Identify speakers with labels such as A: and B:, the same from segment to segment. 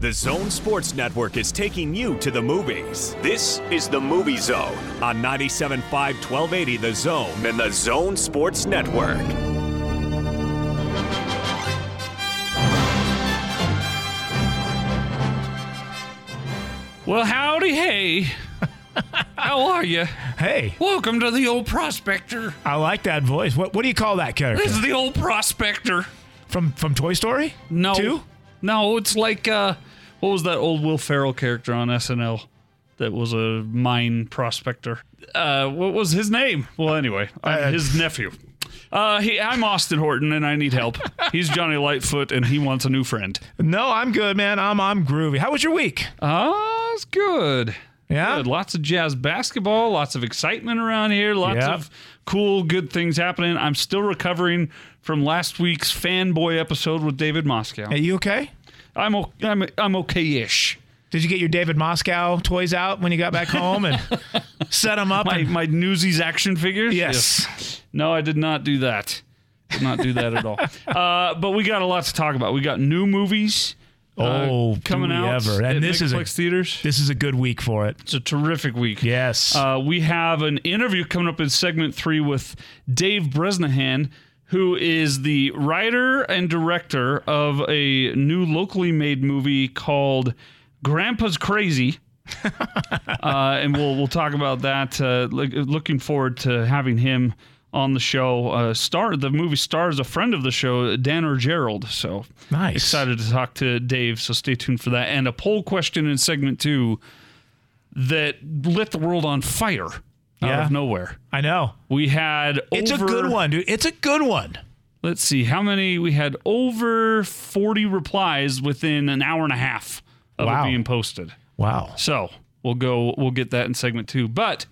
A: The Zone Sports Network is taking you to the movies. This is the Movie Zone on 97.5 1280 The Zone and the Zone Sports Network.
B: Well, howdy, hey. How are you?
C: Hey,
B: Welcome to the old prospector.
C: I like that voice. What what do you call that character?
B: This is the old prospector.
C: From from Toy Story?
B: No.
C: Two?
B: No, it's like uh what was that old Will Ferrell character on SNL that was a mine prospector? Uh what was his name? Well, anyway, I'm
C: Uh,
B: his nephew. Uh, he, I'm Austin Horton, and I need help. He's Johnny Lightfoot, and he wants a new friend.
C: No, I'm good, man. I'm I'm groovy. How was your week?
B: Ah, it's good.
C: Yeah?
B: Good. Lots of jazz basketball, lots of excitement around here, lots
C: Yeah.
B: of cool, good things happening. I'm still recovering from last week's fanboy episode with David Moscow.
C: Are you okay?
B: I'm, o- I'm, I'm okay ish.
C: Did you get your David Moscow toys out when you got back home and set them up?
B: My,
C: and-
B: my Newsies action figures?
C: yes.
B: No, I did not do that. Did not do that at all. Uh, but we got a lot to talk about. We got new movies. uh,
C: Oh, do
B: coming
C: we
B: out
C: ever.
B: at
C: And this is a-
B: Megaplex theaters.
C: This is a good week for it.
B: It's a terrific week.
C: Yes.
B: Uh, we have an interview coming up in segment three with Dave Bresnahan, who is the writer and director of a new locally made movie called Grandpa's Crazy. uh, and we'll we'll talk about that. Uh, look, looking forward to having him on the show. Uh, star the movie stars a friend of the show, Dan or Gerald. So
C: nice.
B: excited to talk to Dave, so stay tuned for that. And a poll question in segment two that lit the world on fire out
C: Yeah.
B: of nowhere.
C: I know.
B: We had
C: It's
B: over,
C: a good one, dude. It's a good one.
B: Let's see how many we had over forty replies within an hour and a half of
C: Wow.
B: it being posted.
C: Wow.
B: So we'll go. We'll get that in segment two. But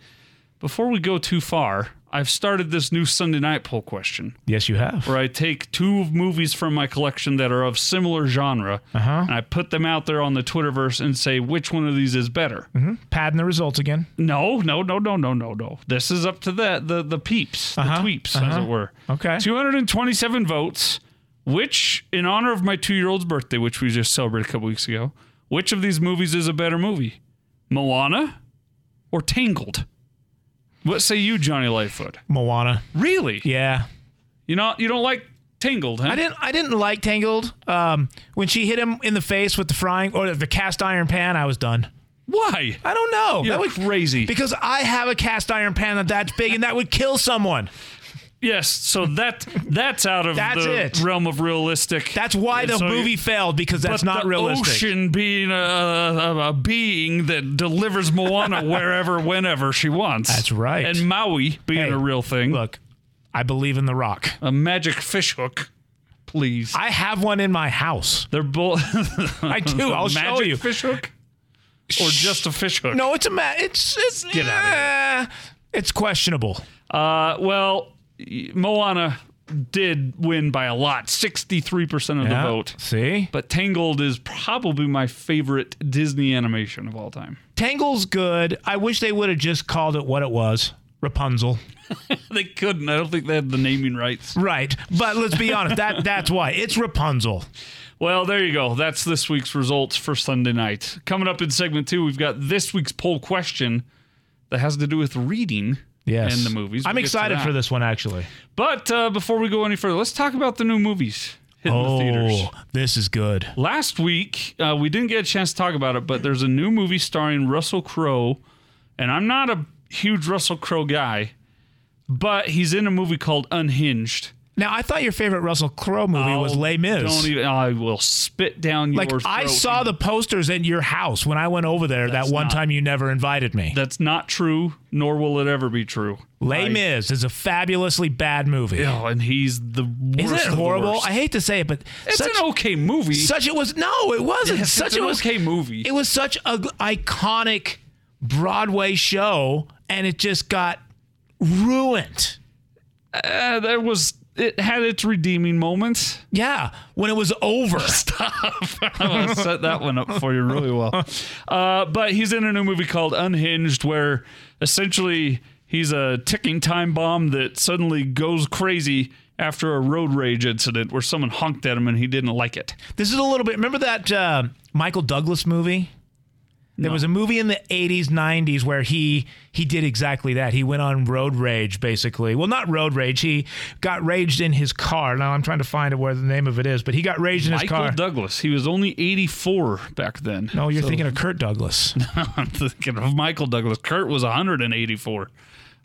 B: before we go too far, I've started this new Sunday night poll question
C: Yes, you have.
B: where I take two movies from my collection that are of similar genre
C: Uh-huh.
B: and I put them out there on the Twitterverse and say which one of these is better.
C: Mm-hmm. Padding the results again.
B: No, no, no, no, no, no, no. This is up to the the, the peeps,
C: Uh-huh,
B: the tweeps, as it were.
C: Okay.
B: 227 votes. Which, in honor of my two year old's birthday, which we just celebrated a couple weeks ago, which of these movies is a better movie? Moana or Tangled? What say you, Johnny Lightfoot?
C: Moana.
B: Really?
C: Yeah.
B: You know you don't like Tangled, huh?
C: I didn't. I didn't like Tangled. Um, when she hit him in the face with the frying or the cast iron pan, I was done.
B: Why?
C: I don't know.
B: You're
C: Oh, that would
B: crazy.
C: because I have a cast iron pan that that's big and that would kill someone.
B: yes, so that that's out of
C: That's
B: the
C: it.
B: realm of realistic.
C: That's why the
B: So you-
C: movie failed because that's
B: but
C: not
B: the
C: realistic.
B: Ocean being a, a, a being that delivers Moana wherever, whenever she wants.
C: That's right.
B: And Maui being
C: Hey,
B: a real thing.
C: Look, I believe in the rock.
B: A magic fish hook, please.
C: I have one in my house.
B: They're both.
C: I do. I'll
B: magic
C: show you.
B: fish hook, or just a fish hook.
C: No, it's a ma- it's it's
B: Get outta
C: Eh, It's questionable.
B: Uh, well, y- Moana did win by a lot, sixty-three percent of
C: Yeah.
B: the vote.
C: See,
B: But Tangled is probably my favorite Disney animation of all time.
C: Tangle's good. I wish they would have just called it what it was, Rapunzel.
B: they couldn't. I don't think they had the naming rights.
C: Right, but let's be honest. That that's why it's Rapunzel.
B: Well, there you go. That's this week's results for Sunday night. Coming up in segment two, we've got this week's poll question that has to do with reading
C: Yes,
B: and the movies.
C: I'm
B: We'll get to
C: excited
B: that.
C: for this one actually.
B: But uh, before we go any further, let's talk about the new movies hitting
C: oh,
B: the theaters.
C: this is good.
B: Last week, uh, we didn't get a chance to talk about it, but there's a new movie starring Russell Crowe, and I'm not a huge Russell Crowe guy, but he's in a movie called Unhinged.
C: Now, I thought your favorite Russell Crowe movie was
B: Oh,
C: Les Mis.
B: Don't even. I will spit down
C: like
B: your throat.
C: I saw the posters in your house when I went over there that one
B: not-
C: time you never invited me.
B: That's not true, nor will it ever be true.
C: Les Mis is a fabulously bad movie.
B: Oh, and he's the worst.
C: Isn't it
B: of the
C: horrible?
B: worst.
C: I hate to say it, but
B: it's
C: such,
B: an okay movie.
C: such it was. No, it wasn't.
B: It's
C: such
B: an
C: it was.
B: okay movie.
C: It was such a g- iconic Broadway show, and it just got ruined.
B: Uh, there was. It had its redeeming moments.
C: Yeah, when it was over.
B: I set that one up for you really well. Uh, but he's in a new movie called Unhinged, where essentially he's a ticking time bomb that suddenly goes crazy after a road rage incident where someone honked at him and he didn't like it.
C: This is a little bit. Remember that uh, Michael Douglas movie. There was a movie in the 80s, 90s where he he did exactly that. He went on road rage basically. Well, not road rage. He got raged in his car. Now I'm trying to find where the name of it is, but he got raged in his
B: Michael
C: car.
B: Douglas. He was only 84 back then.
C: no, you're thinking of Kurt Douglas.
B: I'm thinking of Michael Douglas. Kurt was 184.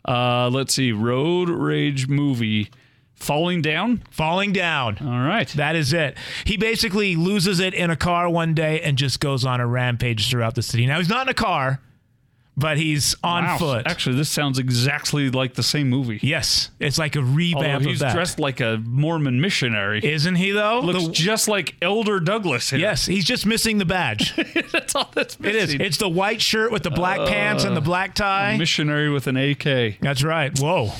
B: Uh, let's see. Road Rage movie. Falling Down?
C: Falling down.
B: All right.
C: That is it. He basically loses it in a car one day and just goes on a rampage throughout the city. Now he's not in a car, but he's on
B: Wow.
C: foot.
B: Actually, this sounds exactly like the same movie.
C: yes, it's like a
B: Although
C: revamp
B: he's
C: of that.
B: dressed like a Mormon missionary.
C: Isn't he though?
B: Looks
C: The-
B: just like Elder Douglas here.
C: yes, he's just missing the badge.
B: that's all that's
C: It
B: missing.
C: is. It's the white shirt with the black pants
B: Uh,
C: and the black tie.
B: missionary with an AK.
C: That's right. Whoa.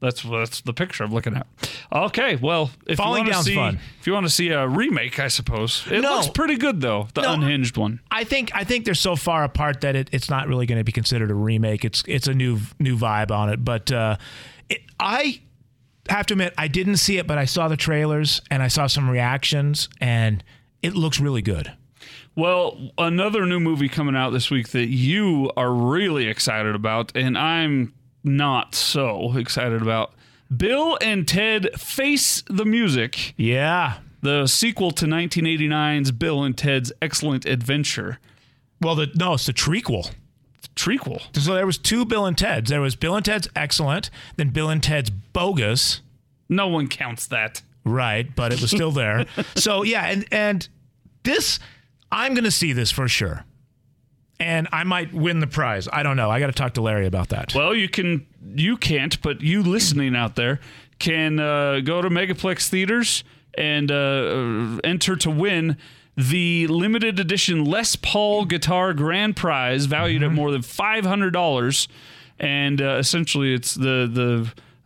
B: That's that's the picture I'm looking at. Okay, well, if
C: Falling
B: you want
C: Down's
B: to see
C: fun.
B: if you want to see a remake, I suppose it
C: No.
B: looks pretty good though. The
C: No.
B: unhinged one.
C: I think I think they're so far apart that it, it's not really going to be considered a remake. It's it's a new new vibe on it. But uh, it, I have to admit, I didn't see it, but I saw the trailers and I saw some reactions, and it looks really good.
B: Well, another new movie coming out this week that you are really excited about, and I'm not so excited about. Bill and Ted Face the Music,
C: Yeah.
B: the sequel to 1989's Bill and Ted's Excellent Adventure.
C: Well, the no, it's the trequel.
B: Trequel.
C: So there was two Bill and Ted's. There was Bill and Ted's Excellent, then Bill and Ted's Bogus.
B: No one counts that.
C: Right, but it was still there. so yeah, and and this I'm going to see this for sure. And I might win the prize. I don't know. I got to talk to Larry about that.
B: Well, you can you can't, but you listening out there can uh, go to Megaplex theaters and uh, enter to win the limited edition Les Paul guitar grand prize valued at more than five hundred dollars, and uh, essentially it's the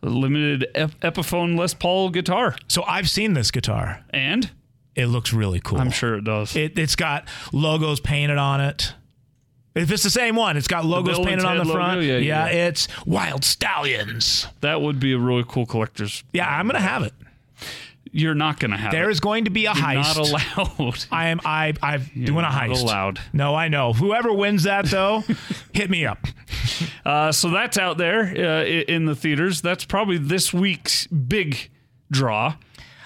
B: the limited ep- Epiphone Les Paul guitar,
C: so I've seen this guitar.
B: and
C: It looks really cool.
B: I'm sure it does.
C: it it's got logos painted on it. If it's the same one, it's got logos
B: Bill and
C: painted on the
B: Ted logo?
C: front.
B: Yeah, yeah,
C: it's Wild Stallions.
B: that would be a really cool collector's.
C: Yeah, I'm going to have it.
B: You're not gonna have
C: There
B: it.
C: is going to be a heist.
B: not allowed.
C: I am I I'm doing a
B: not
C: heist.
B: allowed.
C: No, I know. Whoever wins that though, hit me up.
B: Uh, so that's out there uh, i- in the theaters. That's probably this week's big draw.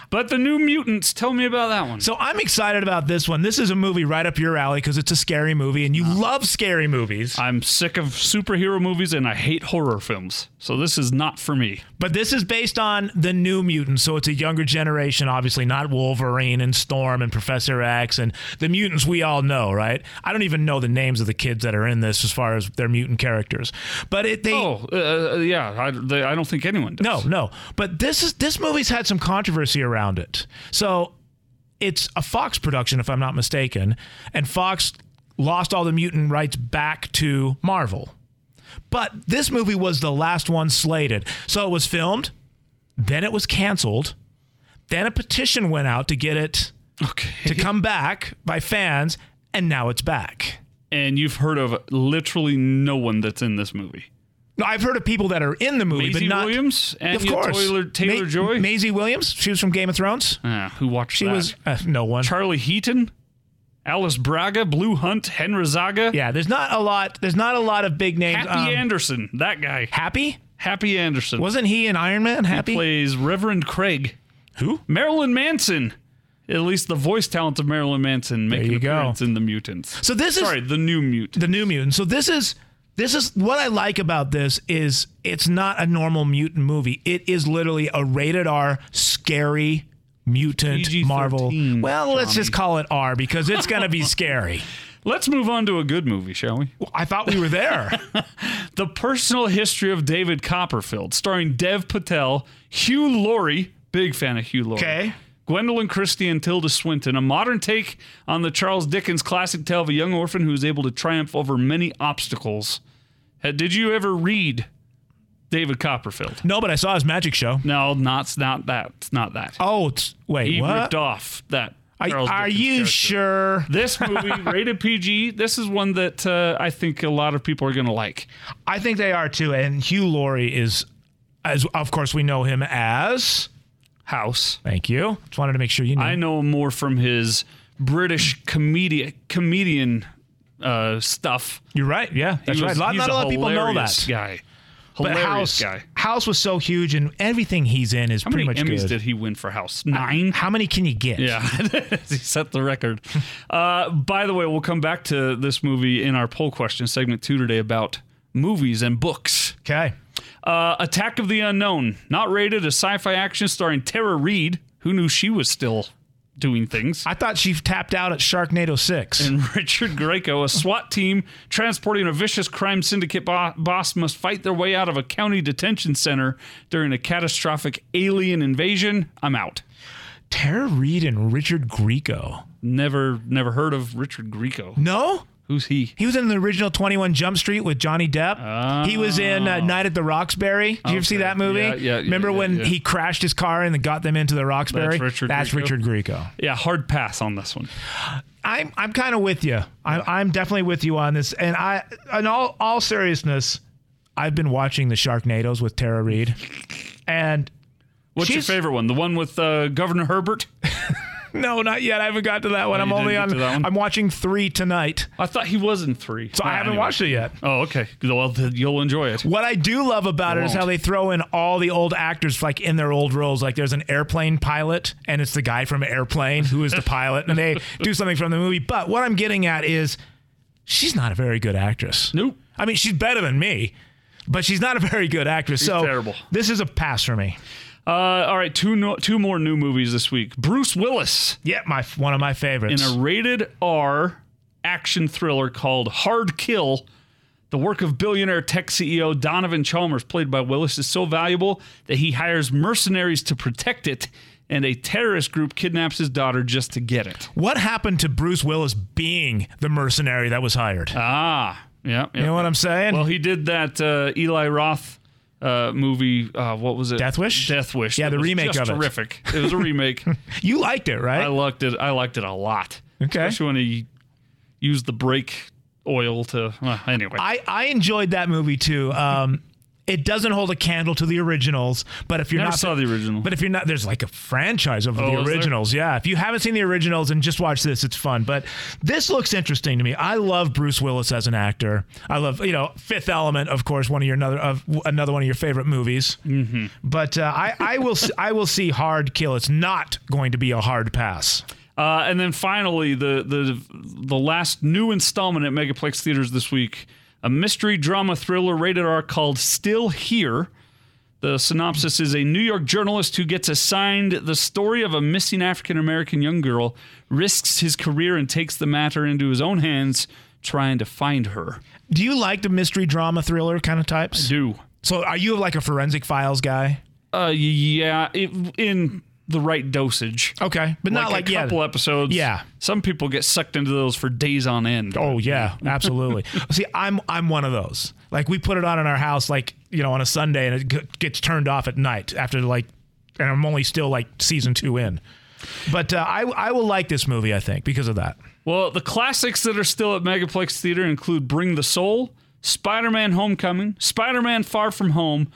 B: But the New Mutants, tell me about that one.
C: So I'm excited about this one. This is a movie right up your alley because it's a scary movie, and you love scary movies.
B: I'm sick of superhero movies and I hate horror films. So this is not for me.
C: But this is based on the New Mutants, so it's a younger generation, obviously, not Wolverine and Storm and Professor X and the mutants we all know, right? I don't even know the names of the kids that are in this as far as their mutant characters. But it they
B: Oh, uh, uh, yeah. I, they, I don't think anyone does.
C: No, no. But this is this movie's had some controversy around it. So it's a Fox production, if I'm not mistaken, and Fox lost all the mutant rights back to Marvel. But this movie was the last one slated. So it was filmed, then it was canceled, then a petition went out to get it
B: Okay.
C: to come back by fans, and now it's back.
B: And you've heard of literally no one that's in this movie.
C: No, I've heard of people that are in the movie,
B: Maisie
C: but not
B: Williams and
C: of course
B: Taylor, Taylor
C: Ma-
B: Joy.
C: Maisie Williams. She was from Game of Thrones.
B: Ah, who watched
C: She
B: that?
C: was uh, no one.
B: Charlie Heaton, Alice Braga, Blue Hunt, Henry Zaga,
C: Yeah, there's not a lot. There's not a lot of big names.
B: Happy
C: Um,
B: Anderson. That guy.
C: Happy
B: Happy Anderson.
C: wasn't he in Iron Man? Happy
B: plays Reverend Craig.
C: who?
B: Marilyn Manson. At least the voice talent of Marilyn Manson make
C: There
B: an
C: you go.
B: appearance in The Mutants.
C: So this
B: Sorry,
C: is
B: The New Mutant.
C: the new mutant. So this is this is what I like about this is it's not a normal mutant movie. It is literally a rated R scary mutant
B: PG-13,
C: Marvel. Well, let's just call it R because it's gonna be scary.
B: Let's move on to a good movie, shall we?
C: I thought we were there.
B: The Personal History of David Copperfield, starring Dev Patel, Hugh Laurie, big fan of Hugh Laurie.
C: Okay.
B: Gwendolyn Christie and Tilda Swinton, a modern take on the Charles Dickens classic tale of a young orphan who is able to triumph over many obstacles. Uh, Did you ever read David Copperfield?
C: no, but I saw his magic show.
B: No, not not that. It's not that.
C: Oh, it's, wait,
B: he
C: what?
B: ripped off that.
C: Are,
B: Charles
C: are
B: Dickens
C: you
B: character.
C: sure?
B: This movie, rated PG, this is one that uh, I think a lot of people are going to like.
C: I think they are too. And Hugh Laurie is, as of course we know him as.
B: House.
C: Thank you. Just wanted to make sure you knew.
B: I know him more from his British comedian comedian uh, stuff.
C: You're right. Yeah, that's
B: He
C: right.
B: was-
C: A lot,
B: he's
C: not a lot of people know
B: hilarious
C: that.
B: guy.
C: But
B: Hilarious
C: House,
B: guy.
C: House was so huge, and everything he's in is
B: How
C: pretty
B: many
C: much
B: Emmys
C: good.
B: did he win for House? Nine.
C: How many can you get?
B: Yeah, he set the record. Uh, by the way, we'll come back to this movie in our poll question segment two today about movies and books.
C: Okay.
B: Uh, Attack of the Unknown, not rated, a sci-fi action starring Tara Reid. Who knew she was still doing things?
C: I thought she tapped out at Sharknado six.
B: and Richard Greco, a SWAT team transporting a vicious crime syndicate bo- boss, must fight their way out of a county detention center during a catastrophic alien invasion. I'm out.
C: Tara Reid and Richard Grieco.
B: Never, never heard of Richard Greco.
C: No,
B: Who's he?
C: he was in the original Twenty One Jump Street with Johnny Depp. He was in uh, Night at the Roxbury. Did you ever see
B: Oh. Okay.
C: that movie?
B: Yeah, yeah, yeah,
C: Remember
B: yeah,
C: when
B: yeah.
C: he crashed his car and got them into the Roxbury?
B: That's Richard
C: That's
B: Grieco.
C: Richard Grieco.
B: Yeah, hard pass on this one.
C: I'm I'm kind of with you. I'm I'm definitely with you on this. And I, in all all seriousness, I've been watching the Sharknadoes with Tara Reid, and
B: What's
C: She's-
B: your favorite one? The one with uh, Governor Herbert?
C: no, not yet. I haven't got to that one. I'm
B: Oh, you
C: only
B: didn't
C: on.
B: get to that one? Ah,
C: I'm watching three tonight,
B: I thought he was in three.
C: so I haven't watched it yet.
B: Oh, okay. Well, then you'll enjoy it.
C: What I do love about it is
B: won't.
C: how they throw in all the old actors like in their old roles. Like there's an airplane pilot, and it's the guy from Airplane who is the pilot, and they do something from the movie. But what I'm getting at is, she's not a very good actress.
B: Nope.
C: I mean, she's better than me, but she's not a very good actress. so
B: terrible.
C: This is a pass for me.
B: Uh, all right, two no- two more new movies this week. Bruce Willis
C: Yeah, my one of my
B: in
C: favorites.
B: a rated R action thriller called Hard Kill. The work of billionaire tech CEO Donovan Chalmers, played by Willis, is so valuable that he hires mercenaries to protect it, and a terrorist group kidnaps his daughter just to get it.
C: what happened to Bruce Willis being the mercenary that was hired?
B: Ah, yeah. yeah.
C: you know what I'm saying?
B: Well, he did that uh, Eli Roth uh, movie. Uh, what was it?
C: Death Wish?
B: Death Wish.
C: Yeah,
B: That
C: the
B: was
C: remake
B: just
C: of it.
B: Terrific. It was a remake.
C: you liked it, right?
B: I liked it. I liked it a lot.
C: Okay.
B: Especially when he used the brake oil to. Well, anyway,
C: I, I enjoyed that movie too. Um, it doesn't hold a candle to the originals, but if you're
B: never
C: not
B: saw the original.
C: but if you're not, there's like a franchise of
B: Oh,
C: the
B: is there?
C: originals. Yeah, if you haven't seen the originals and just watch this, it's fun. But this looks interesting to me. I love Bruce Willis as an actor. I love you know Fifth Element, of course, one of your another of another one of your favorite movies. Mm-hmm. But uh, I I will s- I will see Hard Kill. It's not going to be a hard pass.
B: Uh, and then finally, the the the last new installment at Megaplex theaters this week, a mystery drama thriller rated R called Still Here. The synopsis is a New York journalist who gets assigned the story of a missing African American young girl risks his career and takes the matter into his own hands, trying to find her.
C: Do you like the mystery drama thriller kind of types?
B: Do
C: So are you like a Forensic Files guy?
B: uh, yeah, it, in the right dosage.
C: Okay, but not like
B: a
C: yeah.
B: couple episodes.
C: Yeah.
B: some people get sucked into those for days on end.
C: Oh yeah, absolutely. See, I'm I'm one of those. Like we put it on in our house, like you know, on a Sunday, and it g- gets turned off at night after like, and I'm only still like season two in. But uh, I I will like this movie, I think, because of that.
B: Well, the classics that are still at Megaplex Theater include Bring the Soul, Spider Man Homecoming, Spider Man Far From Home,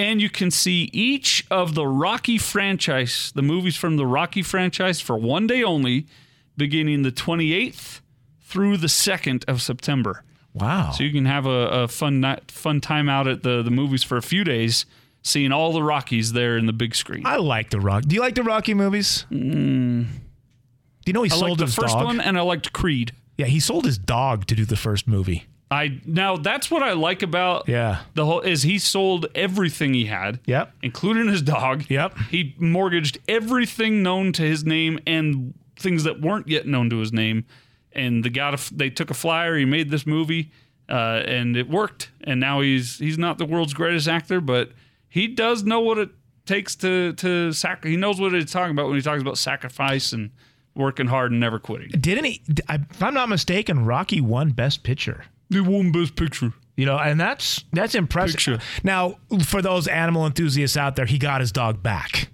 B: and you can see each of the Rocky franchise, the movies from the Rocky franchise, for one day only, beginning the 28th through the 2nd of September.
C: Wow.
B: So you can have a, a fun night, fun time out at the, the movies for a few days, seeing all the Rockies there in the big screen.
C: I like the Rock. Do you like the Rocky movies? Mm. Do you know he
B: I
C: sold
B: liked the
C: his
B: first
C: dog?
B: one, and I liked Creed.
C: Yeah, he sold his dog to do the first movie.
B: I now that's what I like about
C: Yeah.
B: The whole is he sold everything he had,
C: Yep.
B: including his dog.
C: Yep.
B: He mortgaged everything known to his name and things that weren't yet known to his name. And they got a, they took a flyer. He made this movie, uh, and it worked. And now he's he's not the world's greatest actor, but he does know what it takes to to sac. He knows what he's talking about when he talks about sacrifice and working hard and never quitting.
C: Didn't he? I, if I'm not mistaken, Rocky won Best Picture.
B: He won Best Picture.
C: You know, and that's that's impressive.
B: Picture.
C: Now, for those animal enthusiasts out there, he got his dog back.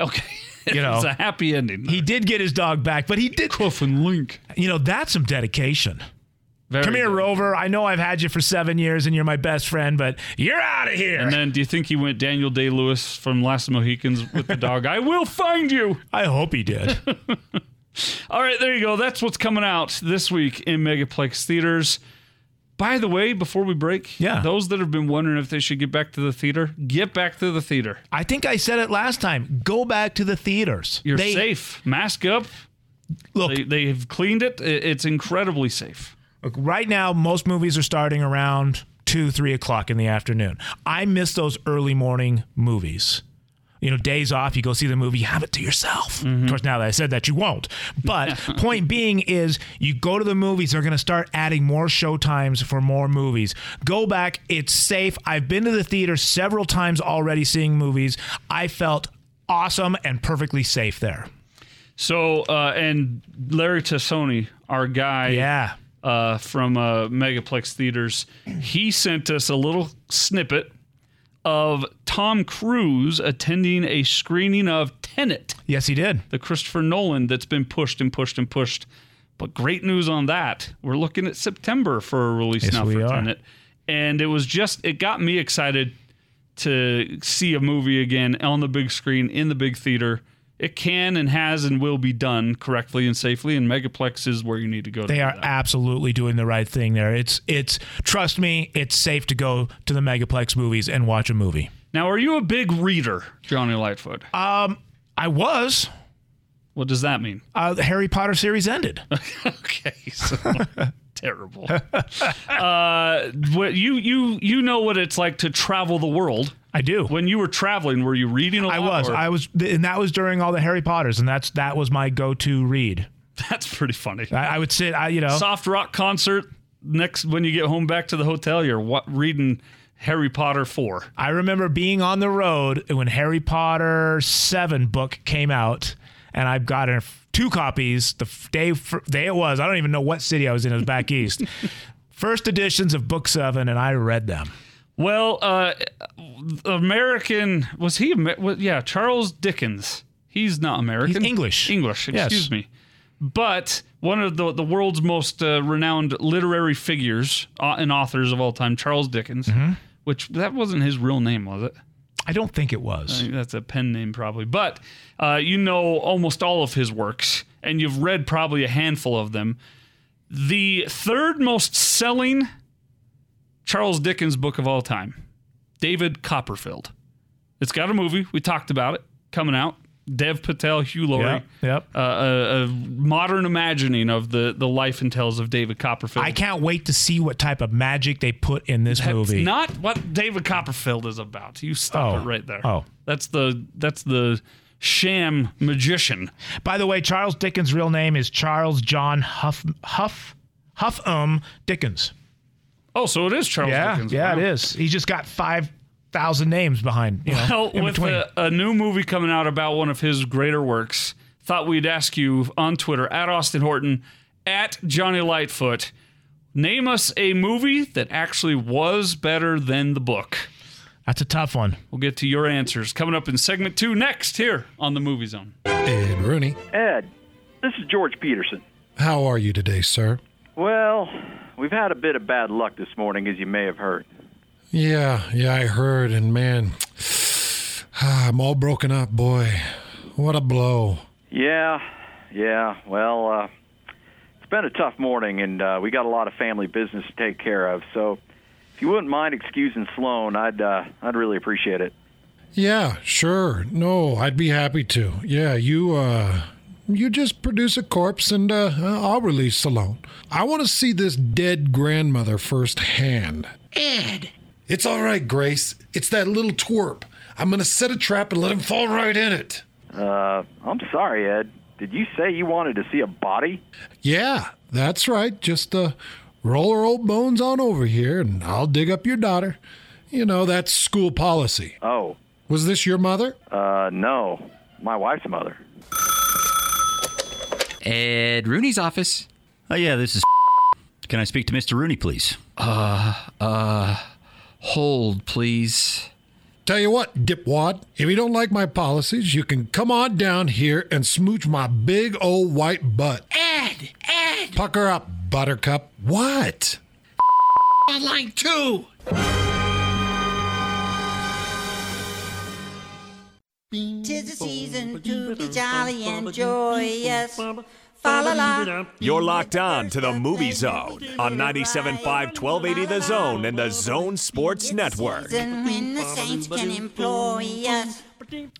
B: Okay,
C: You know.
B: it's a happy ending.
C: He did get his dog back, but he did.
B: Cuff and Link.
C: You know, that's some dedication.
B: Very
C: Come here,
B: good.
C: Rover. I know I've had you for seven years, and you're my best friend, but you're out of here.
B: And then do you think he went Daniel Day Lewis from Last of the Mohicans with the dog? I will find you.
C: I hope he did.
B: All right, there you go. That's what's coming out this week in Megaplex theaters. By the way, before we break,
C: Yeah.
B: those that have been wondering if they should get back to the theater, get back to the theater.
C: I think I said it last time. Go back to the theaters.
B: You're
C: They-
B: safe. Mask up.
C: Look,
B: They, they've cleaned it. I- It's incredibly safe.
C: Look, right now, most movies are starting around two, three o'clock in the afternoon. I miss those early morning movies. You know, days off, you go see the movie, you have it to yourself. Of course, now that I said that, you won't. But point being is, you go to the movies, they're going to start adding more showtimes for more movies. Go back, it's safe. I've been to the theater several times already seeing movies. I felt awesome and perfectly safe there.
B: So, uh, and Larry Tassoni, our guy
C: Yeah.
B: uh, from uh, Megaplex Theaters, he sent us a little snippet of Tom Cruise attending a screening of Tenet,
C: Yes, he did.
B: the Christopher Nolan that's been pushed and pushed and pushed. But great news on that. We're looking at September for a release now
C: we
B: for
C: are.
B: Tenet. And it was just, it got me excited to see a movie again on the big screen in the big theater. It can and has and will be done correctly and safely. And Megaplex is where you need to go. to
C: They
B: do
C: are
B: that.
C: absolutely doing the right thing there. It's it's trust me, it's safe to go to the Megaplex movies and watch a movie.
B: Now, are you a big reader, Johnny Lightfoot?
C: Uh, I was.
B: what does that mean?
C: Uh, the Harry Potter series ended.
B: okay, so terrible. Uh, what you you you know what it's like to travel the world.
C: I do.
B: When you were traveling, were you reading a lot?
C: I was.
B: or-
C: I was and that was during all the Harry Potters and that's that was my go-to read.
B: that's pretty funny.
C: I, I would sit I you know
B: Soft rock concert. Next, when you get home back to the hotel, you're what reading Harry Potter four.
C: I remember being on the road when Harry Potter 7 book came out and I got a- two copies the f- day fir- day it was. I don't even know what city I was in. It was back east. First editions of book 7 and I read them.
B: Well, uh, American was he? Amer- wa- Yeah, Charles Dickens. He's not American.
C: He's English.
B: English.
C: Yes.
B: Excuse me. But one of the the world's most uh, renowned literary figures uh, and authors of all time, Charles Dickens.
C: Mm-hmm.
B: Which that wasn't his real name, was it?
C: I don't think it was.
B: That's a pen name probably. But uh, you know almost all of his works, and you've read probably a handful of them. The third most selling Charles Dickens book of all time, David Copperfield. It's got a movie. We talked about it coming out. Dev Patel, Hugh Laurie.
C: yep.
B: Uh, a, a modern imagining of the, the life and tales of David Copperfield.
C: I can't wait to see what type of magic they put in this
B: That's
C: movie.
B: not what David Copperfield is about. You stop
C: Oh.
B: it right there.
C: Oh.
B: That's the that's the sham magician.
C: By the way, Charles Dickens' real name is Charles John Huff Huff Huff Um Dickens.
B: Oh, so it is Charles
C: Yeah,
B: Dickens.
C: yeah,
B: Wow.
C: it is. He's just got five thousand names behind. You know,
B: Well,
C: in
B: with
C: between.
B: a, a new movie coming out about one of his greater works, thought we'd ask you on Twitter at Austin Horton at Johnny Lightfoot. Name us a movie that actually was better than the book.
C: That's a tough one.
B: We'll get to your answers coming up in segment two next here on the Movie Zone.
D: Ed Rooney,
E: Ed, this is George Peterson.
D: how are you today, sir?
E: Well, we've had a bit of bad luck this morning, as you may have heard.
D: Yeah, yeah, I heard, and man, I'm all broken up, boy. What a blow.
E: Yeah, yeah. Well, uh, it's been a tough morning, and uh, we got a lot of family business to take care of. So, if you wouldn't mind excusing Sloan, I'd uh, I'd really appreciate it.
D: Yeah, sure. No, I'd be happy to. Yeah, you, uh, you just produce a corpse and uh, I'll release Salone. I want to see this dead grandmother firsthand. Ed! It's all right, Grace. It's that little twerp. I'm going to set a trap and let him fall right in it.
E: Uh, I'm sorry, Ed. Did you say you wanted to see a body?
D: Yeah, that's right. Just uh, roll her old bones on over here and I'll dig up your daughter. You know, that's school policy.
E: Oh,
D: Was this your mother?
E: uh, no. My wife's mother.
F: Ed Rooney's office.
G: Oh, yeah, this is. Can I speak to Mr. Rooney, please?
F: Hold, please.
D: Tell you what, dipwad, if you don't like my policies, you can come on down here and smooch my big old white butt. Ed! Ed! Pucker up, buttercup. What?
F: Online two.
H: Tis the season to be jolly and joyous,
A: You're locked on to the Movie Zone on 97.5 1280 The Zone and the Zone Sports Network.
H: And when the saints can employ us.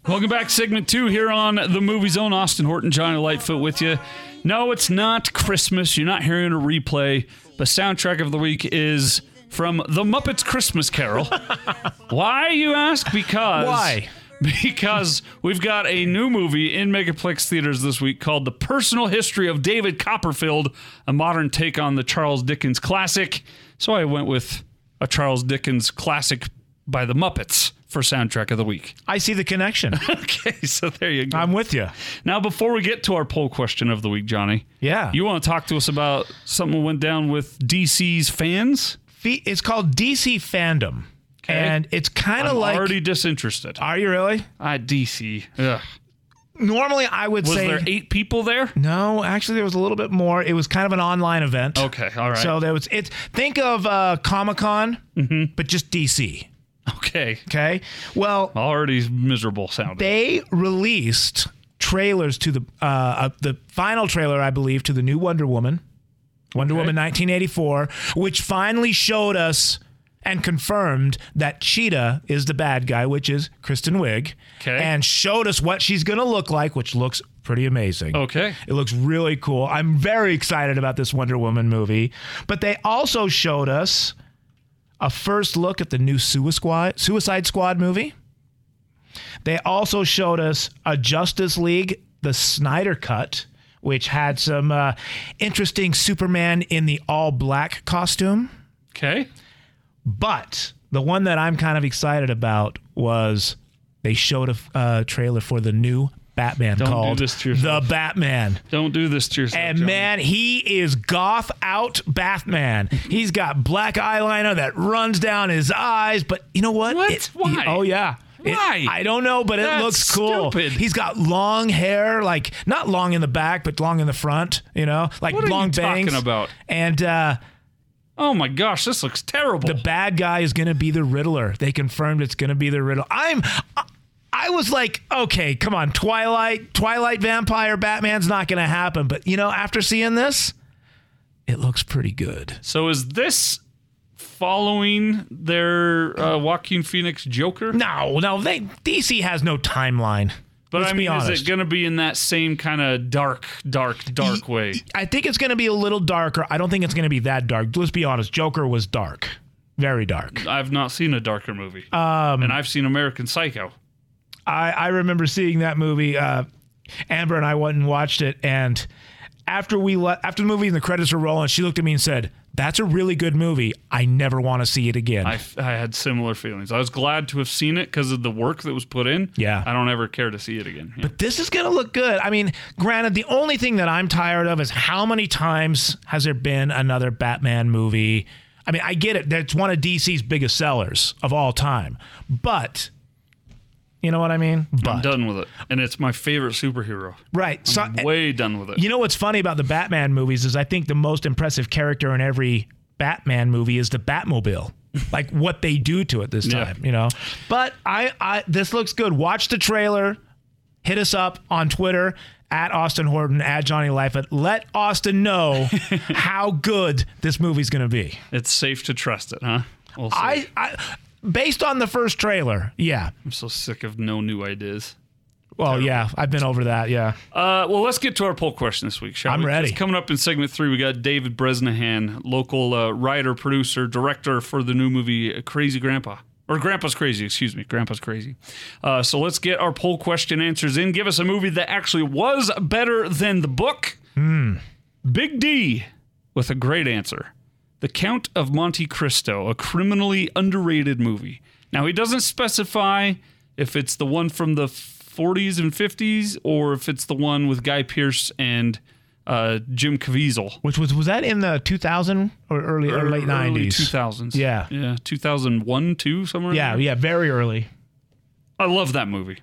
B: Welcome back, segment two here on the Movie Zone. Austin Horton, Johnny Lightfoot with you. No, it's not Christmas. You're not hearing a replay. The soundtrack of the week is from The Muppets Christmas Carol. Why, you ask? Because.
C: Why?
B: Because we've got a new movie in Megaplex theaters this week called The Personal History of David Copperfield, a modern take on the Charles Dickens classic. So I went with a Charles Dickens classic by The Muppets for soundtrack of the week.
C: I see the connection.
B: Okay, so there you go.
C: I'm with you.
B: Uh, now, before we get to our poll question of the week, Johnny,
C: Yeah.
B: you want to talk to us about something that went down with DC's fans?
C: Fe- it's called DC fandom. And it's kind of
B: I'm
C: like
B: already disinterested.
C: Are you really?
B: I DC. Ugh.
C: Normally I would
B: Was
C: say
B: there eight people there?
C: No, actually there was a little bit more. It was kind of an online event.
B: Okay, all right.
C: So there was it's think of uh Comic-Con,
B: Mm-hmm.
C: but just DC,
B: okay,
C: okay? Well,
B: already miserable sounding.
C: they released trailers to the uh, uh the final trailer I believe to the new Wonder Woman. Wonder Woman 1984, which finally showed us and confirmed that Cheetah is the bad guy, which is Kristen Wiig,
B: Okay.
C: and showed us what she's going to look like, which looks pretty amazing.
B: okay,
C: It looks really cool. I'm very excited about this Wonder Woman movie. But they also showed us a first look at the new Suicide Squad, Suicide Squad movie. They also showed us a Justice League, the Snyder Cut, which had some uh, interesting Superman in the all black costume.
B: okay.
C: But the one that I'm kind of excited about was they showed a uh, trailer for the new Batman
B: do
C: called
B: this to yourself.
C: The Batman.
B: Don't do this to yourself.
C: And
B: Johnny.
C: man, he is goth out Batman. He's got black eyeliner that runs down his eyes, but you know what?
B: What?
C: It-
B: Why?
C: Oh yeah. It-
B: Why?
C: I don't know, but it
B: That's
C: looks cool.
B: stupid.
C: He's got long hair, like not long in the back, but long in the front. You know, like
B: What are you
C: long
B: talking
C: bangs.
B: about?
C: And uh,
B: oh my gosh, this looks terrible.
C: the bad guy is gonna be the Riddler. They confirmed it's gonna be the Riddler. I'm. I- I was like, okay, come on, Twilight, Twilight vampire Batman's not gonna happen. But you know, after seeing this, it looks pretty good.
B: so is this following their uh, Joaquin Phoenix Joker?
C: No, no, they DC has no timeline.
B: But
C: Let's
B: I mean,
C: be
B: is
C: honest.
B: it going to be in that same kind of dark, dark, dark way?
C: I think it's gonna be a little darker. I don't think it's gonna be that dark. Let's be honest. Joker was dark, very dark.
B: I've not seen a darker movie, um, and I've seen American Psycho.
C: I, I remember seeing that movie. Uh, Amber and I went and watched it, and after we le- after the movie and the credits were rolling, she looked at me and said, "That's a really good movie. I never want to see it again."
B: I, I had similar feelings. I was glad to have seen it because of the work that was put in.
C: Yeah.
B: I don't ever care to see it again. Yeah.
C: but this is gonna look good. I mean, granted, the only thing that I'm tired of is how many times has there been another Batman movie? I mean, I get it. That's one of DC's biggest sellers of all time, but you know what I mean. But
B: I'm done with it, and it's my favorite superhero.
C: right, so
B: I'm way done with it.
C: You know what's funny about the Batman movies is I think the most impressive character in every Batman movie is the Batmobile. like what they do to it this
B: Yeah.
C: time, you know. But I, I this looks good. Watch the trailer. Hit us up on Twitter at Austin Horton at Johnny Lightfoot. Let Austin know how good this movie's going to be.
B: it's safe to trust it, huh? We'll see.
C: I, I based on the first trailer, yeah.
B: I'm so sick of no new ideas.
C: Well, yeah, I've been over that. Yeah,
B: Uh, well, let's get to our poll question this week, shall
C: I'm
B: we? 'Cause
C: ready.
B: Coming up in segment three, we got David Bresnahan, local uh, writer, producer, director for the new movie uh, Crazy Grandpa. Or Grandpa's Crazy, excuse me. Grandpa's Crazy. Uh, so let's get our poll question answers in. Give us a movie that actually was better than the book.
C: Hmm.
B: Big D with a great answer. The Count of Monte Cristo, a criminally underrated movie. Now, he doesn't specify if it's the one from the 40s and 50s or if it's the one with Guy Pearce and uh, Jim Caviezel.
C: which was was that in the 2000 or early or late 90s?
B: 2000s.
C: Yeah.
B: Yeah. 2001, 2, somewhere. in
C: Yeah,
B: there.
C: yeah, very early.
B: I love that movie.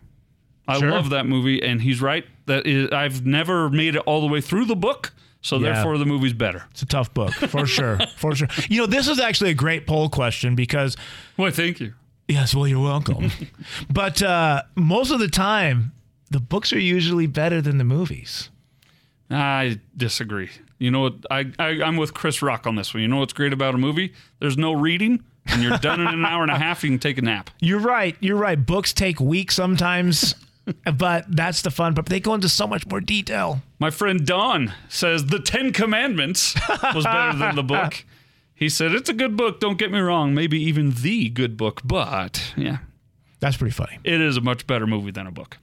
B: I
C: Sure.
B: love that movie, and he's right. That is, I've never made it all the way through the book, so
C: Yeah.
B: therefore the movie's better.
C: It's a tough book for sure, for sure. You know, this is actually a great poll question because
B: Why, thank you.
C: yes, well, you're welcome. but uh, most of the time, the books are usually better than the movies.
B: I disagree. You know what? I, I I'm with Chris Rock on this one. You know what's great about a movie? There's no reading, and you're done in an hour and a half. You can take a nap.
C: You're right. You're right. Books take weeks sometimes, but that's the fun. But they go into so much more detail.
B: My friend Don says the Ten Commandments was better than the book. He said it's a good book. Don't get me wrong. Maybe even the good book, but yeah,
C: That's pretty funny.
B: it is a much better movie than a book.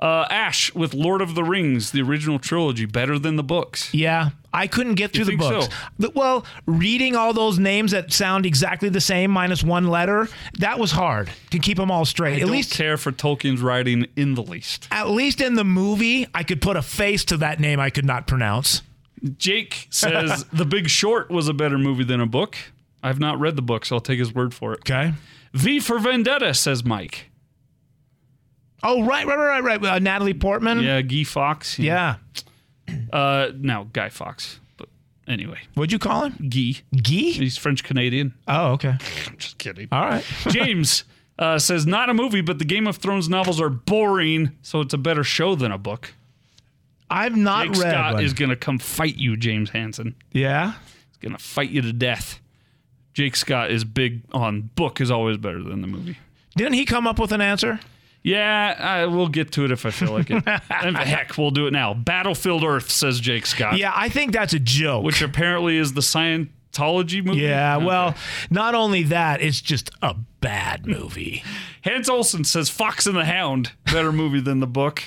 B: Uh, Ash with Lord of the Rings, the original trilogy, better than the books.
C: Yeah, I couldn't get through the
B: think so?
C: books. The- Well, reading all those names that sound exactly the same minus one letter, that was hard to keep them all straight. at
B: Don't
C: least
B: care for Tolkien's writing in the least.
C: at least in the movie, I could put a face to that name I could not pronounce.
B: Jake says The Big Short was a better movie than a book. I've not read the book, so I'll take his word for it.
C: Okay.
B: V for Vendetta says Mike.
C: Oh, right, right, right, right, right. Uh, Natalie Portman.
B: Yeah, Guy Fox.
C: Yeah.
B: Uh, no, Guy Fox. But anyway,
C: What'd you call him?
B: Guy.
C: Gee?
B: He's French Canadian.
C: Oh, okay.
B: Just kidding.
C: All right.
B: James uh, says not a movie, but the Game of Thrones novels are boring, so it's a better show than a book.
C: I've not
B: Jake
C: read.
B: Scott
C: one.
B: is gonna come fight you, James Hansen.
C: yeah.
B: He's gonna fight you to death. Jake Scott is big on book is always better than the movie.
C: Didn't he come up with an answer?
B: Yeah, I, we'll get to it if I feel like it. and heck, we'll do it now. Battlefield Earth says Jake Scott,
C: Yeah, I think that's a joke.
B: which apparently is the Scientology movie.
C: yeah, well, not only that, it's just a bad movie.
B: Hans Olsen says Fox and the Hound better movie than the book.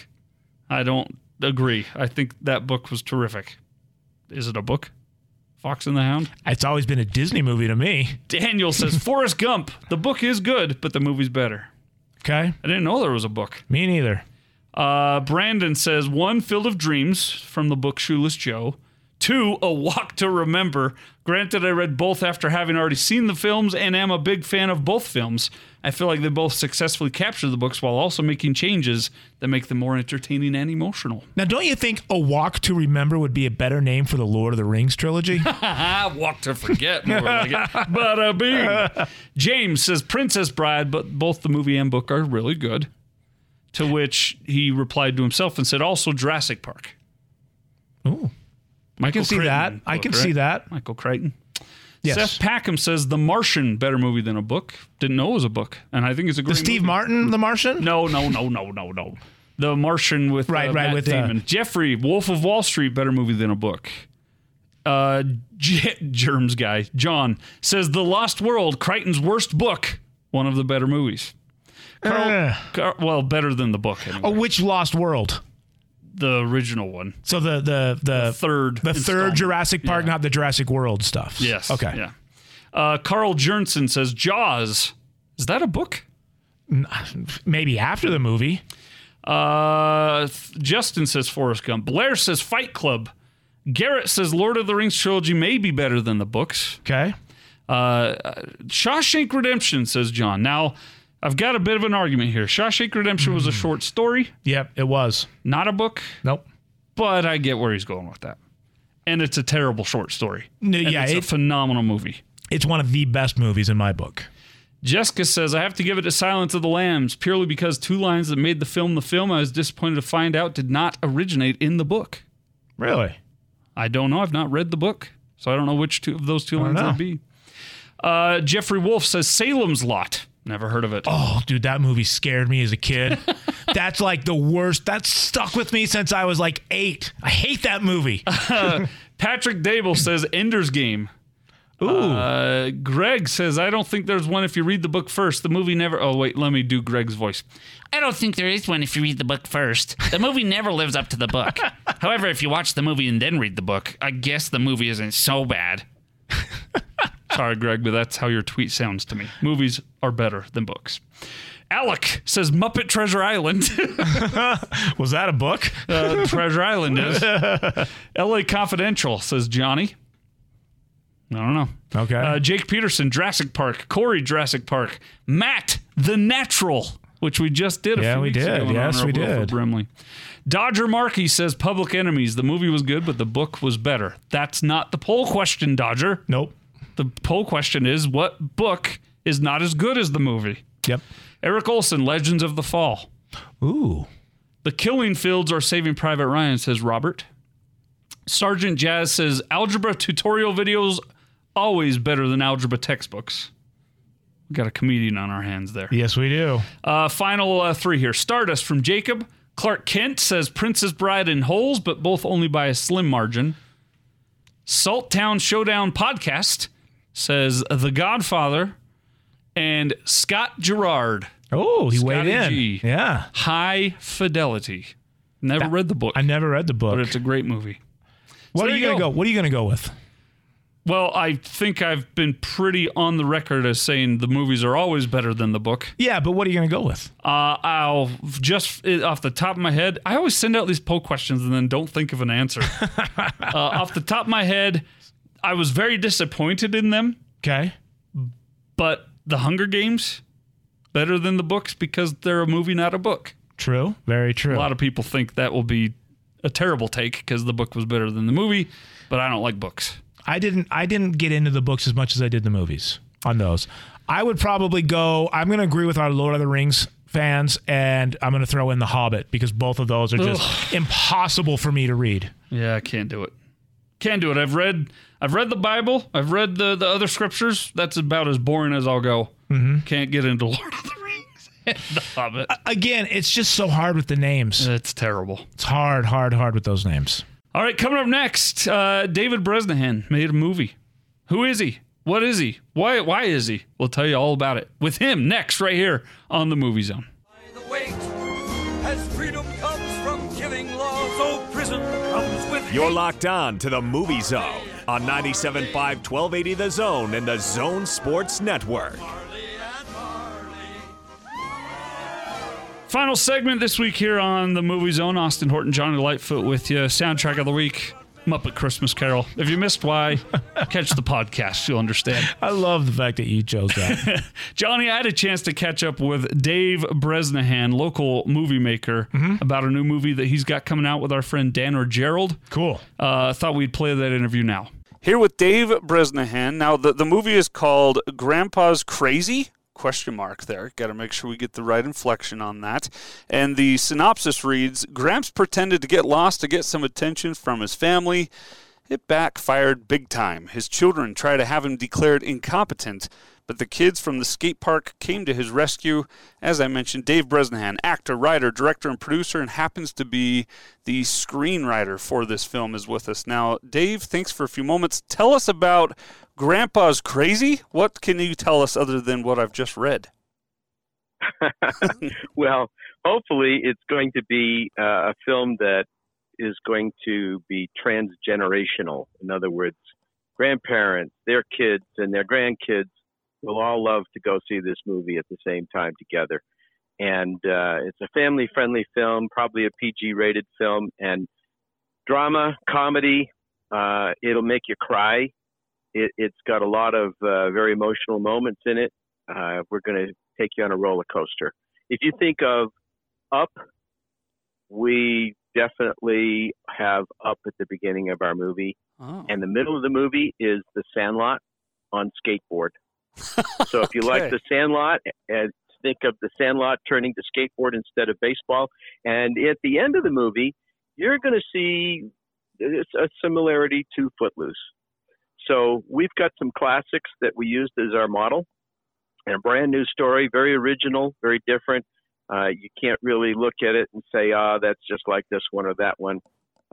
B: I don't agree. I think that book was terrific. Is it a book? Fox and the Hound.
C: It's always been a Disney movie to me.
B: Daniel says Forrest Gump. The book is good, but the movie's better.
C: Okay.
B: I didn't know there was a book.
C: Me neither.
B: Uh, Brandon says one Field of Dreams from the book Shoeless Joe, two A Walk to Remember. Granted, I read both after having already seen the films and am a big fan of both films. I feel like they both successfully capture the books while also making changes that make them more entertaining and emotional.
C: Now, don't you think A Walk to Remember would be a better name for the Lord of the Rings trilogy?
B: I walk to forget, more like it. Bada bing. James says Princess Bride, but both the movie and book are really good. To which he replied to himself and said, also Jurassic Park.
C: Ooh, I
B: Michael
C: can see
B: Crichton
C: that. I
B: book,
C: can
B: right?
C: see that.
B: Michael Crichton.
C: Yes.
B: Seth Packham says The Martian better movie than a book. Didn't know it was a book, and I think it's a
C: The
B: great.
C: Steve
B: movie.
C: Martin, The Martian?
B: No, no, no, no, no, no. The Martian with
C: Right,
B: uh,
C: right,
B: Matt
C: with, uh,
B: Damon. Jeffrey Wolf of Wall Street better movie than a book. Uh, J- Germs guy John says The Lost World, Crichton's worst book, one of the better movies. Carl,
C: Ugh.
B: Car- well, better than the book. Anyway.
C: Oh, which Uh, Lost World?
B: the original one,
C: So the the the,
B: third,
C: the third
B: installment.
C: Jurassic Park, not the Jurassic World stuff.
B: Yes.
C: Okay.
B: Yeah. Uh, Carl Jernson says Jaws. Is that a book?
C: Maybe after the movie.
B: Uh, th- Justin says Forrest Gump. Blair says Fight Club. Garrett says Lord of the Rings trilogy may be better than the books.
C: Okay.
B: Uh, Shawshank Redemption says John. Now, I've got a bit of an argument here. Shawshank Redemption
C: Hmm.
B: was a short story,
C: Yep, it was.
B: not a book,
C: Nope.
B: but I get where he's going with that. And it's a terrible short story.
C: No,
B: And
C: yeah,
B: it's a
C: it,
B: phenomenal movie.
C: it's one of the best movies in my book.
B: Jessica says, I have to give it to Silence of the Lambs purely because two lines that made the film the film I was disappointed to find out did not originate in the book.
C: Really?
B: I don't know. I've not read the book, so I don't know which two of those two lines
C: know.
B: would be. Uh, Jeffrey Wolf says, Salem's Lot. Never heard of it.
C: Oh, dude, that movie scared me as a kid. That's like the worst. That's stuck with me since I was like eight. I hate that movie.
B: Patrick Dable says, Ender's Game.
C: Ooh.
B: Uh, Greg says, I don't think there's one if you read the book first. The movie never. Oh, wait, let me do Greg's voice.
I: I don't think there is one if you read the book first. The movie never lives up to the book. However, if you watch the movie and then read the book, I guess the movie isn't so bad.
B: Sorry, Greg, but that's how your tweet sounds to me. Movies are better than books. Alec says Muppet Treasure Island.
C: was that a book?
B: Uh, Treasure Island is. LA Confidential says Johnny. I don't know.
C: Okay.
B: Uh, Jake Peterson, Jurassic Park. Corey, Jurassic Park. Matt, The Natural, which we just did a
C: Yeah,
B: few
C: we
B: weeks
C: did.
B: ago in
C: Yes,
B: honor
C: we
B: of Wilford
C: did.
B: Brimley. Dodger Markey says Public Enemies. The movie was good, but the book was better. That's not the poll question, Dodger.
C: nope.
B: The poll question is what book is not as good as the movie?
C: Yep.
B: Eric Olson, Legends of the Fall.
C: Ooh.
B: The Killing Fields are Saving Private Ryan, says Robert. Sergeant Jazz says algebra tutorial videos always better than algebra textbooks. We got a comedian on our hands there.
C: Yes, we do.
B: Uh, final uh, three here. Stardust from Jacob. Clark Kent says Princess Bride and Holes, but both only by a slim margin. Salt Town Showdown podcast says The Godfather and Scott Gerard.
C: Oh, he weighed in.
B: Scotty G.
C: Yeah.
B: High Fidelity. Never read the book,
C: I never read the book.
B: but it's a great movie.
C: what
B: there
C: are you
B: you
C: going to
B: go.
C: go? What are you going to go with?
B: Well, I think I've been pretty on the record as saying the movies are always better than the book.
C: Yeah, but what are you going to go with?
B: Uh, I'll just uh, off the top of my head. I always send out these poll questions and then don't think of an answer. uh, off the top of my head, I was very disappointed in them,
C: Okay.
B: but The Hunger Games better than the books because they're a movie, not a book.
C: True. Very true.
B: A lot of people think that will be a terrible take because the book was better than the movie, but I don't like books.
C: I didn't I didn't get into the books as much as I did the movies on those. I would probably go I'm going to agree with our Lord of the Rings fans and I'm going to throw in The Hobbit because both of those are just impossible for me to read.
B: Yeah, I can't do it. Can't do it. I've read I've read the Bible. I've read the the other scriptures. That's about as boring as I'll go. Can't get into Lord of the Rings and the Hobbit.
C: Again, it's just so hard with the names.
B: Uh, It's terrible.
C: It's hard, hard, hard with those names.
B: All right, coming up next, uh, David Bresnahan made a movie. Who is he? What is he? Why why is he? We'll tell you all about it with him next right here on the Movie Zone.
J: the weight. As freedom comes from giving law, so prison comes with
A: You're locked on to the Movie Zone on 97.5 1280 The Zone and the Zone Sports Network.
B: Final segment this week here on the Movie Zone. Austin Horton, Johnny Lightfoot with you. Soundtrack of the week, Muppet Christmas Carol. If you missed why, catch the podcast. You'll understand.
C: I love the fact that you chose that.
B: Johnny, I had a chance to catch up with Dave Bresnahan, local movie maker, about a new movie that he's got coming out with our friend Dan or Gerald.
C: cool.
B: Uh, thought we'd play that interview now. Here with Dave Bresnahan. Now, the, the movie is called Grandpa's Crazy? Question mark there. Got to make sure we get the right inflection on that. And the synopsis reads Gramps pretended to get lost to get some attention from his family. It backfired big time. His children try to have him declared incompetent, but the kids from the skate park came to his rescue. As I mentioned, Dave Bresnahan, actor, writer, director, and producer, and happens to be the screenwriter for this film, is with us now. Dave, thanks for a few moments. Tell us about Grandpa's Crazy. What can you tell us other than what I've just read?
E: well, hopefully, it's going to be uh, a film that is going to be transgenerational. In other words, grandparents, their kids, and their grandkids will all love to go see this movie at the same time together. And uh, it's a family friendly film, probably a PG rated film, and drama, comedy. Uh, it'll make you cry. It, it's got a lot of uh, very emotional moments in it. Uh, we're going to take you on a roller coaster if you think of up, we definitely have up at the beginning of our movie,
B: Oh.
E: and the middle of the movie is the Sandlot on skateboard. So if you like
B: Okay.
E: the Sandlot, and think of the Sandlot turning to skateboard instead of baseball, and at the end of the movie, you're going to see a similarity to Footloose. So we've got some classics that we used as our model, and a brand new story, very original, very different. Uh, you can't really look at it and say, ah, that's just like this one or that one.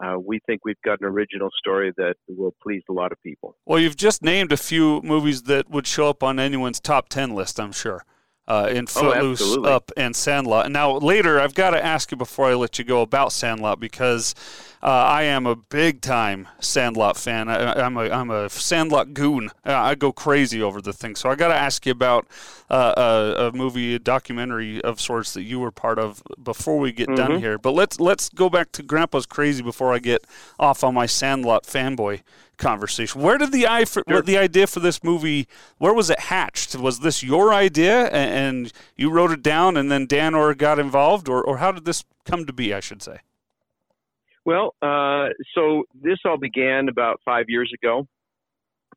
E: Uh, we think we've got an original story that will please a lot of people.
J: Well, you've just named a few movies that would show up on anyone's top 10 list, I'm sure. Uh, in Footloose,
E: absolutely.
J: Up, and Sandlot. And Now, later, I've got to ask you before I let you go about Sandlot because uh, I am a big time Sandlot fan. I, I'm, a, I'm a Sandlot goon. Uh, I go crazy over the thing. So I got to ask you about uh, a, a movie, a documentary of sorts that you were part of before we get done here. But let's let's go back to Grandpa's Crazy before I get off on my Sandlot fanboy conversation. Where did the eye for, what the idea for this movie? Where was it hatched? Was this your idea a- and, and you wrote it down, and then Dan or got involved, or, or how did this come to be? I should say.
E: Well, uh, so this all began about five years ago.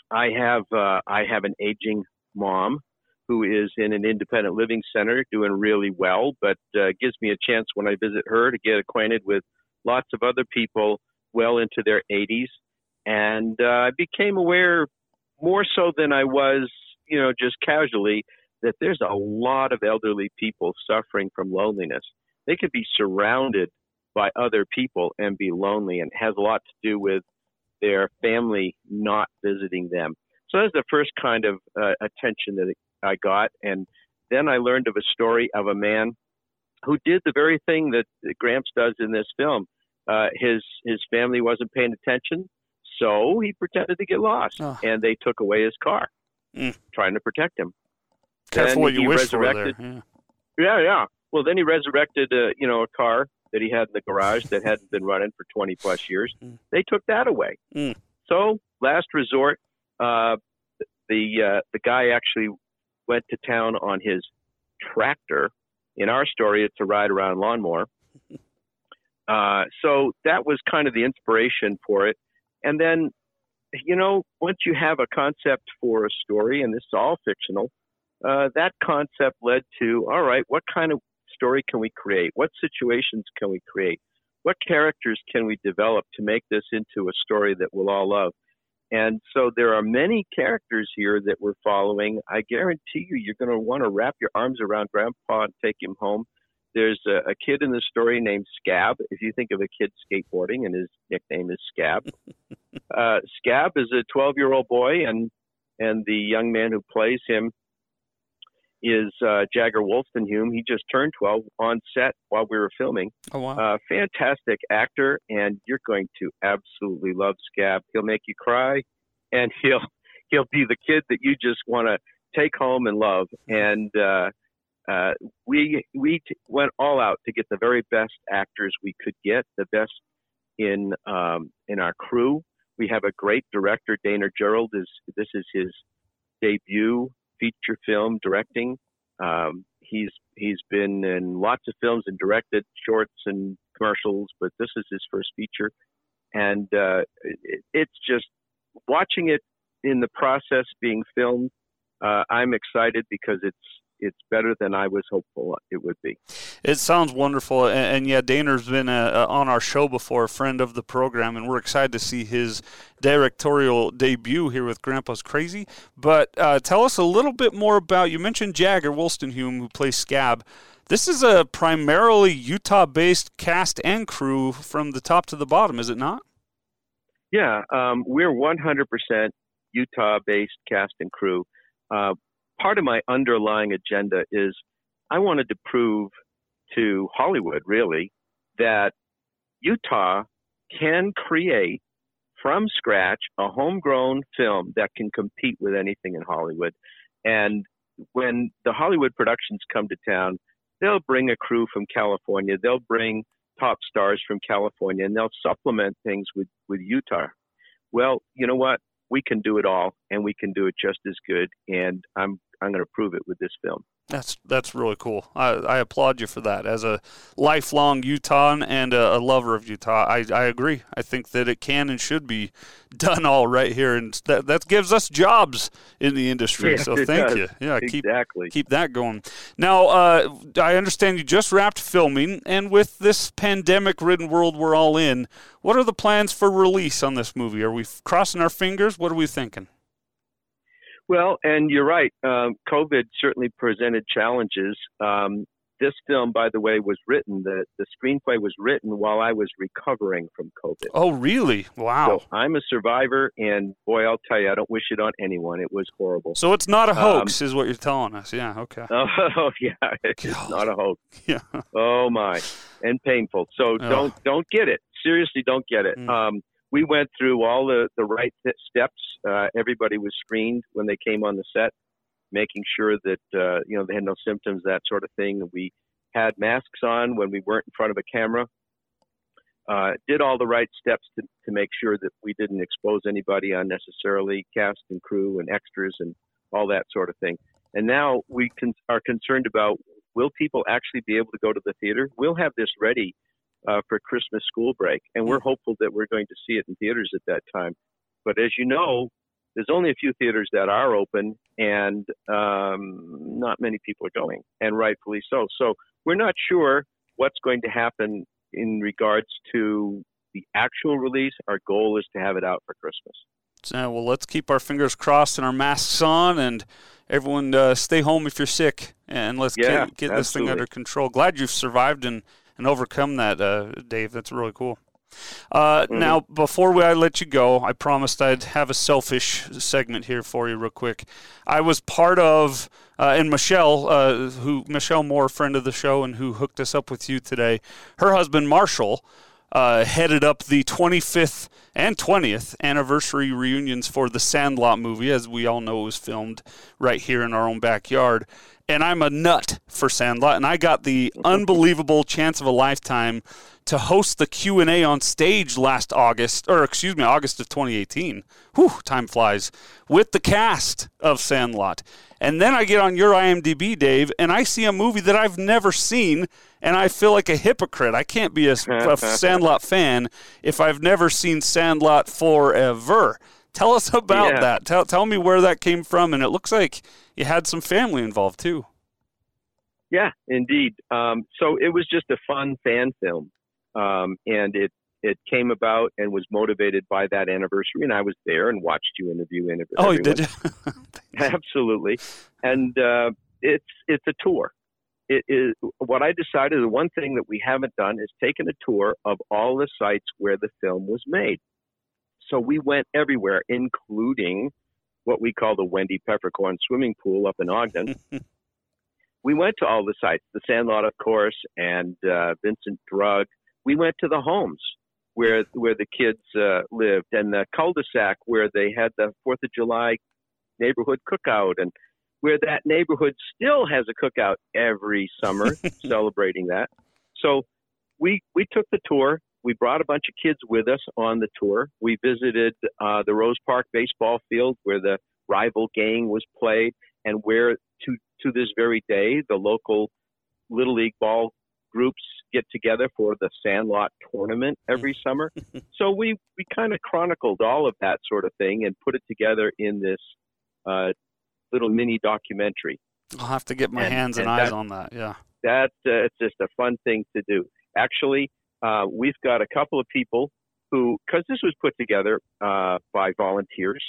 E: I have uh, I have an aging mom who is in an independent living center, doing really well, but uh, gives me a chance when I visit her to get acquainted with lots of other people
J: well into their 80s, and uh, I became aware more so than I was, you know, just casually, that there's a lot of elderly people suffering from loneliness. They could be surrounded by other people and be lonely, and it has a lot to do with their family not visiting them. So that was the first kind of uh, attention that I got, and then I learned of a story of a man who did the very thing that Gramps does in this film. Uh, his his family wasn't paying attention, so he pretended to get lost, and they took away his car,
K: Mm.
J: trying to protect him.
K: Careful
J: Then
K: what you
J: he
K: wish for there.
J: resurrected- Yeah, yeah. Well, then he resurrected, uh, you know, a car that he had in the garage that hadn't been running for 20 plus years. They took that away.
K: Mm.
J: So, last resort, uh, the uh, the guy actually went to town on his tractor. In our story, it's a ride around lawnmower. Uh, so that was kind of the inspiration for it. And then, you know, once you have a concept for a story, and this is all fictional, uh, that concept led to all right, what kind of story can we create? What situations can we create? What characters can we develop to make this into a story that we'll all love? And so there are many characters here that we're following. I guarantee you, you're going to want to wrap your arms around Grandpa and take him home. There's a, a kid in the story named Scab. If you think of a kid skateboarding, and his nickname is Scab. uh, Scab is a 12 year old boy, and and the young man who plays him is uh, Jagger Wolstenhume. He just turned 12 on set while we were filming.
K: Oh, wow.
J: Uh, fantastic actor, and you're going to absolutely love Scab. He'll make you cry, and he'll he'll be the kid that you just want to take home and love.
K: Mm-hmm.
J: And uh, uh, we we t- went all out to get the very best actors we could get, the best in um, in our crew. We have a great director, Dana Gerald. Is this is his debut feature film directing. Um, he's he's been in lots of films and directed shorts and commercials, but this is his first feature, and uh, it, it's just watching it in the process being filmed. Uh, I'm excited because it's it's better than I was hopeful it would be.
K: It sounds wonderful, and, and yeah, Daner's been uh, uh, on our show before, a friend of the program, and we're excited to see his directorial debut here with Grandpa's Crazy. But uh, tell us a little bit more about you mentioned Jagger Wolstenhume, who plays Scab. This is a primarily Utah-based cast and crew from the top to the bottom, is it not?
J: Yeah, um, we're 100% Utah based cast and crew. Uh, part of my underlying agenda is I wanted to prove to Hollywood, really, that Utah can create from scratch a homegrown film that can compete with anything in Hollywood. And when the Hollywood productions come to town, they'll bring a crew from California, they'll bring top stars from California, and they'll supplement things with, with Utah. Well, you know what? We can do it all, and we can do it just as good. And I'm I'm going to prove it with this film.
K: That's that's really cool. I, I applaud you for that. As a lifelong Utahan and uh, a, a lover of Utah, I, I agree. I think that it can and should be done all right here, and that that gives us jobs in the industry.
J: Yes,
K: so
J: it
K: thank
J: does.
K: you. Yeah, keep
J: exactly.
K: keep that going. Now, uh, I understand you just wrapped filming, and with this pandemic-ridden world we're all in, what are the plans for release on this movie? Are we f- crossing our fingers? What are we thinking?
J: Well, and you're right. Um, COVID certainly presented challenges. Um, this film, by the way, was written. The the screenplay was written while I was recovering from COVID.
K: Oh, really? Wow.
J: So I'm a survivor, and boy, I'll tell you, I don't wish it on anyone. It was horrible.
K: So it's not a
J: Um,
K: hoax, is what you're telling us. Yeah. Okay.
J: Oh yeah, it's not a hoax.
K: Yeah.
J: Oh my, and painful. So don't don't get it. Seriously, don't get
K: Mm.
J: it. Um, we went through all the the right th- steps. Uh, everybody was screened when they came on the set, making sure that uh, you know they had no symptoms, that sort of thing. We had masks on when we weren't in front of a camera. Uh, did all the right steps to, to make sure that we didn't expose anybody unnecessarily, cast and crew and extras and all that sort of thing. And now we con- are concerned about will people actually be able to go to the theater? We'll have this ready uh, for Christmas school break, and
K: Hmm.
J: we're hopeful that we're going to see it in theaters at that time. But as you know, there's only a few theaters that are open, and um, not many people are going, and rightfully so. So we're not sure what's going to happen in regards to the actual release, our goal is to have it out for Christmas.
K: Uh, well, let's keep our fingers crossed and our masks on, and everyone uh, stay home if you're sick, and let's
J: Yeah,
K: get, get this thing
J: absolutely.
K: under control. Glad you've survived and, and overcome that, uh, Dave. That's really cool. Uh, Now, before we, I let you go, I promised I'd have a selfish segment here for you, real quick. I was part of, uh, and Michelle, uh, who Michelle Moore, friend of the show, and who hooked us up with you today, her husband Marshall uh, headed up the 25th and 20th anniversary reunions for the Sandlot movie. As we all know, it was filmed right here in our own backyard. And I'm a nut for Sandlot, and I got the unbelievable chance of a lifetime to host the Q&A on stage last August, or excuse me, August of 2018. Whew, time flies. With the cast of Sandlot. And then I get on your IMDb, Dave, and I see a movie that I've never seen, and I feel like a hypocrite. I can't be a, a Sandlot fan if I've never seen Sandlot forever. Tell us about
J: Yeah.
K: that. Tell, tell me where that came from, and it looks like you had some family involved too.
J: Yeah, indeed. Um, so it was just a fun fan film, um, and it it came about and was motivated by that anniversary. And I was there and watched you interview interview.
K: Oh, you did?
J: Absolutely, and uh, it's it's a tour. It is what I decided. The one thing that we haven't done is taken a tour of all the sites where the film was made. So we went everywhere, including what we call the Wendy Peppercorn swimming pool up in Ogden. we went to all the sites, the Sandlot, of course, and uh, Vincent Drug. We went to the homes where where the kids uh, lived, and the cul-de-sac where they had the Fourth of July neighborhood cookout, and where that neighborhood still has a cookout every summer, celebrating that. So we we took the tour. We brought a bunch of kids with us on the tour. We visited uh, the Rose Park baseball field where the rival gang was played, and where to to this very day the local little league ball groups get together for the Sandlot tournament every summer. so we we kind of chronicled all of that sort of thing and put it together in this uh, little mini documentary
K: I'll have to get my
J: And-
K: hands and,
J: and
K: eyes
J: that-
K: on that. Yeah.
J: that uh, it's just a fun thing to do. Actually, uh, we've got a couple of people who, because this was put together uh, by volunteers,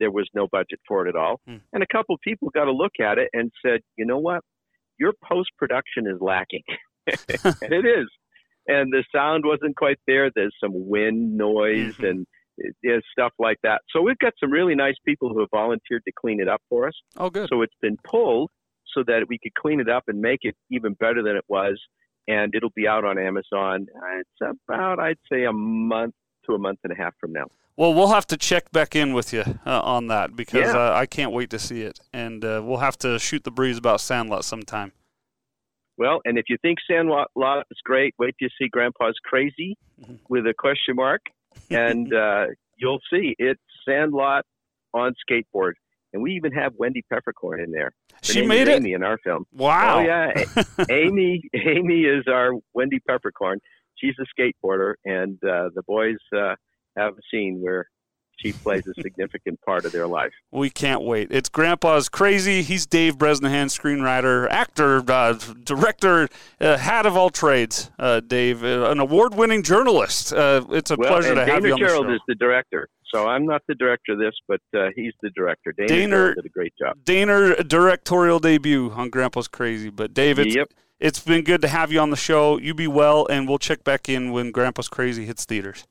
J: there was no budget for it at all, and a couple of people got a look at it and said, "You know what? Your post production is lacking," and it is. And the sound wasn't quite there. There's some wind noise and uh, there's stuff like that. So we've got some really nice people who have volunteered to clean it up for us.
K: Oh, good.
J: So it's been pulled so that we could clean it up and make it even better than it was. And it'll be out on Amazon. uh, It's about, I'd say, a month to a month and a half from now.
K: Well, we'll have to check back in with you uh, on that because
J: Yeah.
K: uh, I can't wait to see it, and uh, we'll have to shoot the breeze about Sandlot sometime.
J: Well, and if you think Sandlot Lot is great, wait till you see Grandpa's Crazy
K: Mm-hmm.
J: with a question mark, and uh, you'll see it's Sandlot on skateboard. And we even have Wendy Peppercorn in there. Her
K: She
J: name is
K: made it?
J: Amy in our film.
K: Wow.
J: Oh yeah, A- Amy. Amy is our Wendy Peppercorn. She's a skateboarder, and uh, the boys uh, have a scene where she plays a significant part of their life.
K: We can't wait. It's Grandpa's Crazy. He's Dave Bresnahan, screenwriter, actor, uh, director, uh, hat of all trades. Uh, Dave, uh, an award-winning journalist. Uh, it's a
J: Well,
K: pleasure
J: and
K: to
J: Dana
K: have you on
J: Gerald
K: the show.
J: is the director. So I'm not the director of this, but uh, he's the director. Dana,
K: Dana-
J: Gerald did a great job.
K: Daner directorial debut on Grandpa's Crazy. But Dave, it's,
J: Yep.
K: it's been good to have you on the show. You be well, and we'll check back in when Grandpa's Crazy hits theaters.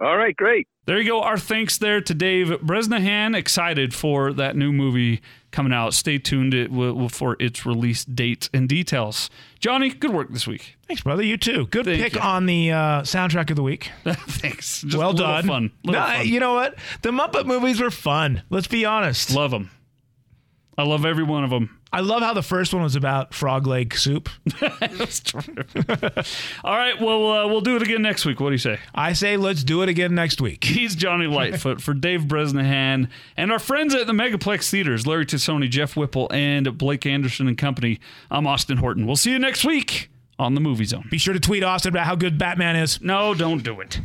J: All right, great.
B: There you go. Our thanks there to Dave Bresnahan. Excited for that new movie coming out. Stay tuned it will- will- for its release date and details. Johnny, good work this week.
C: Thanks, brother. You too. Good
B: Thank
C: pick
B: you.
C: on the uh, soundtrack of the week.
B: Thanks. Just
C: well
B: a little
C: done.
B: Fun. Little
C: No,
B: fun.
C: You know what? The Muppet movies were fun. Let's be honest.
B: Love them. I love every one of them.
C: I love how the first one was about frog leg soup.
B: That's true. All right. Well, uh, we'll do it again next week. What do you say?
C: I say let's do it again next week.
B: He's Johnny Lightfoot for Dave Bresnahan and our friends at the Megaplex Theaters, Larry Tassoni, Jeff Whipple, and Blake Anderson and Company. I'm Austin Horton. We'll see you next week on the Movie Zone.
C: Be sure to tweet Austin about how good Batman is.
B: No, don't do it.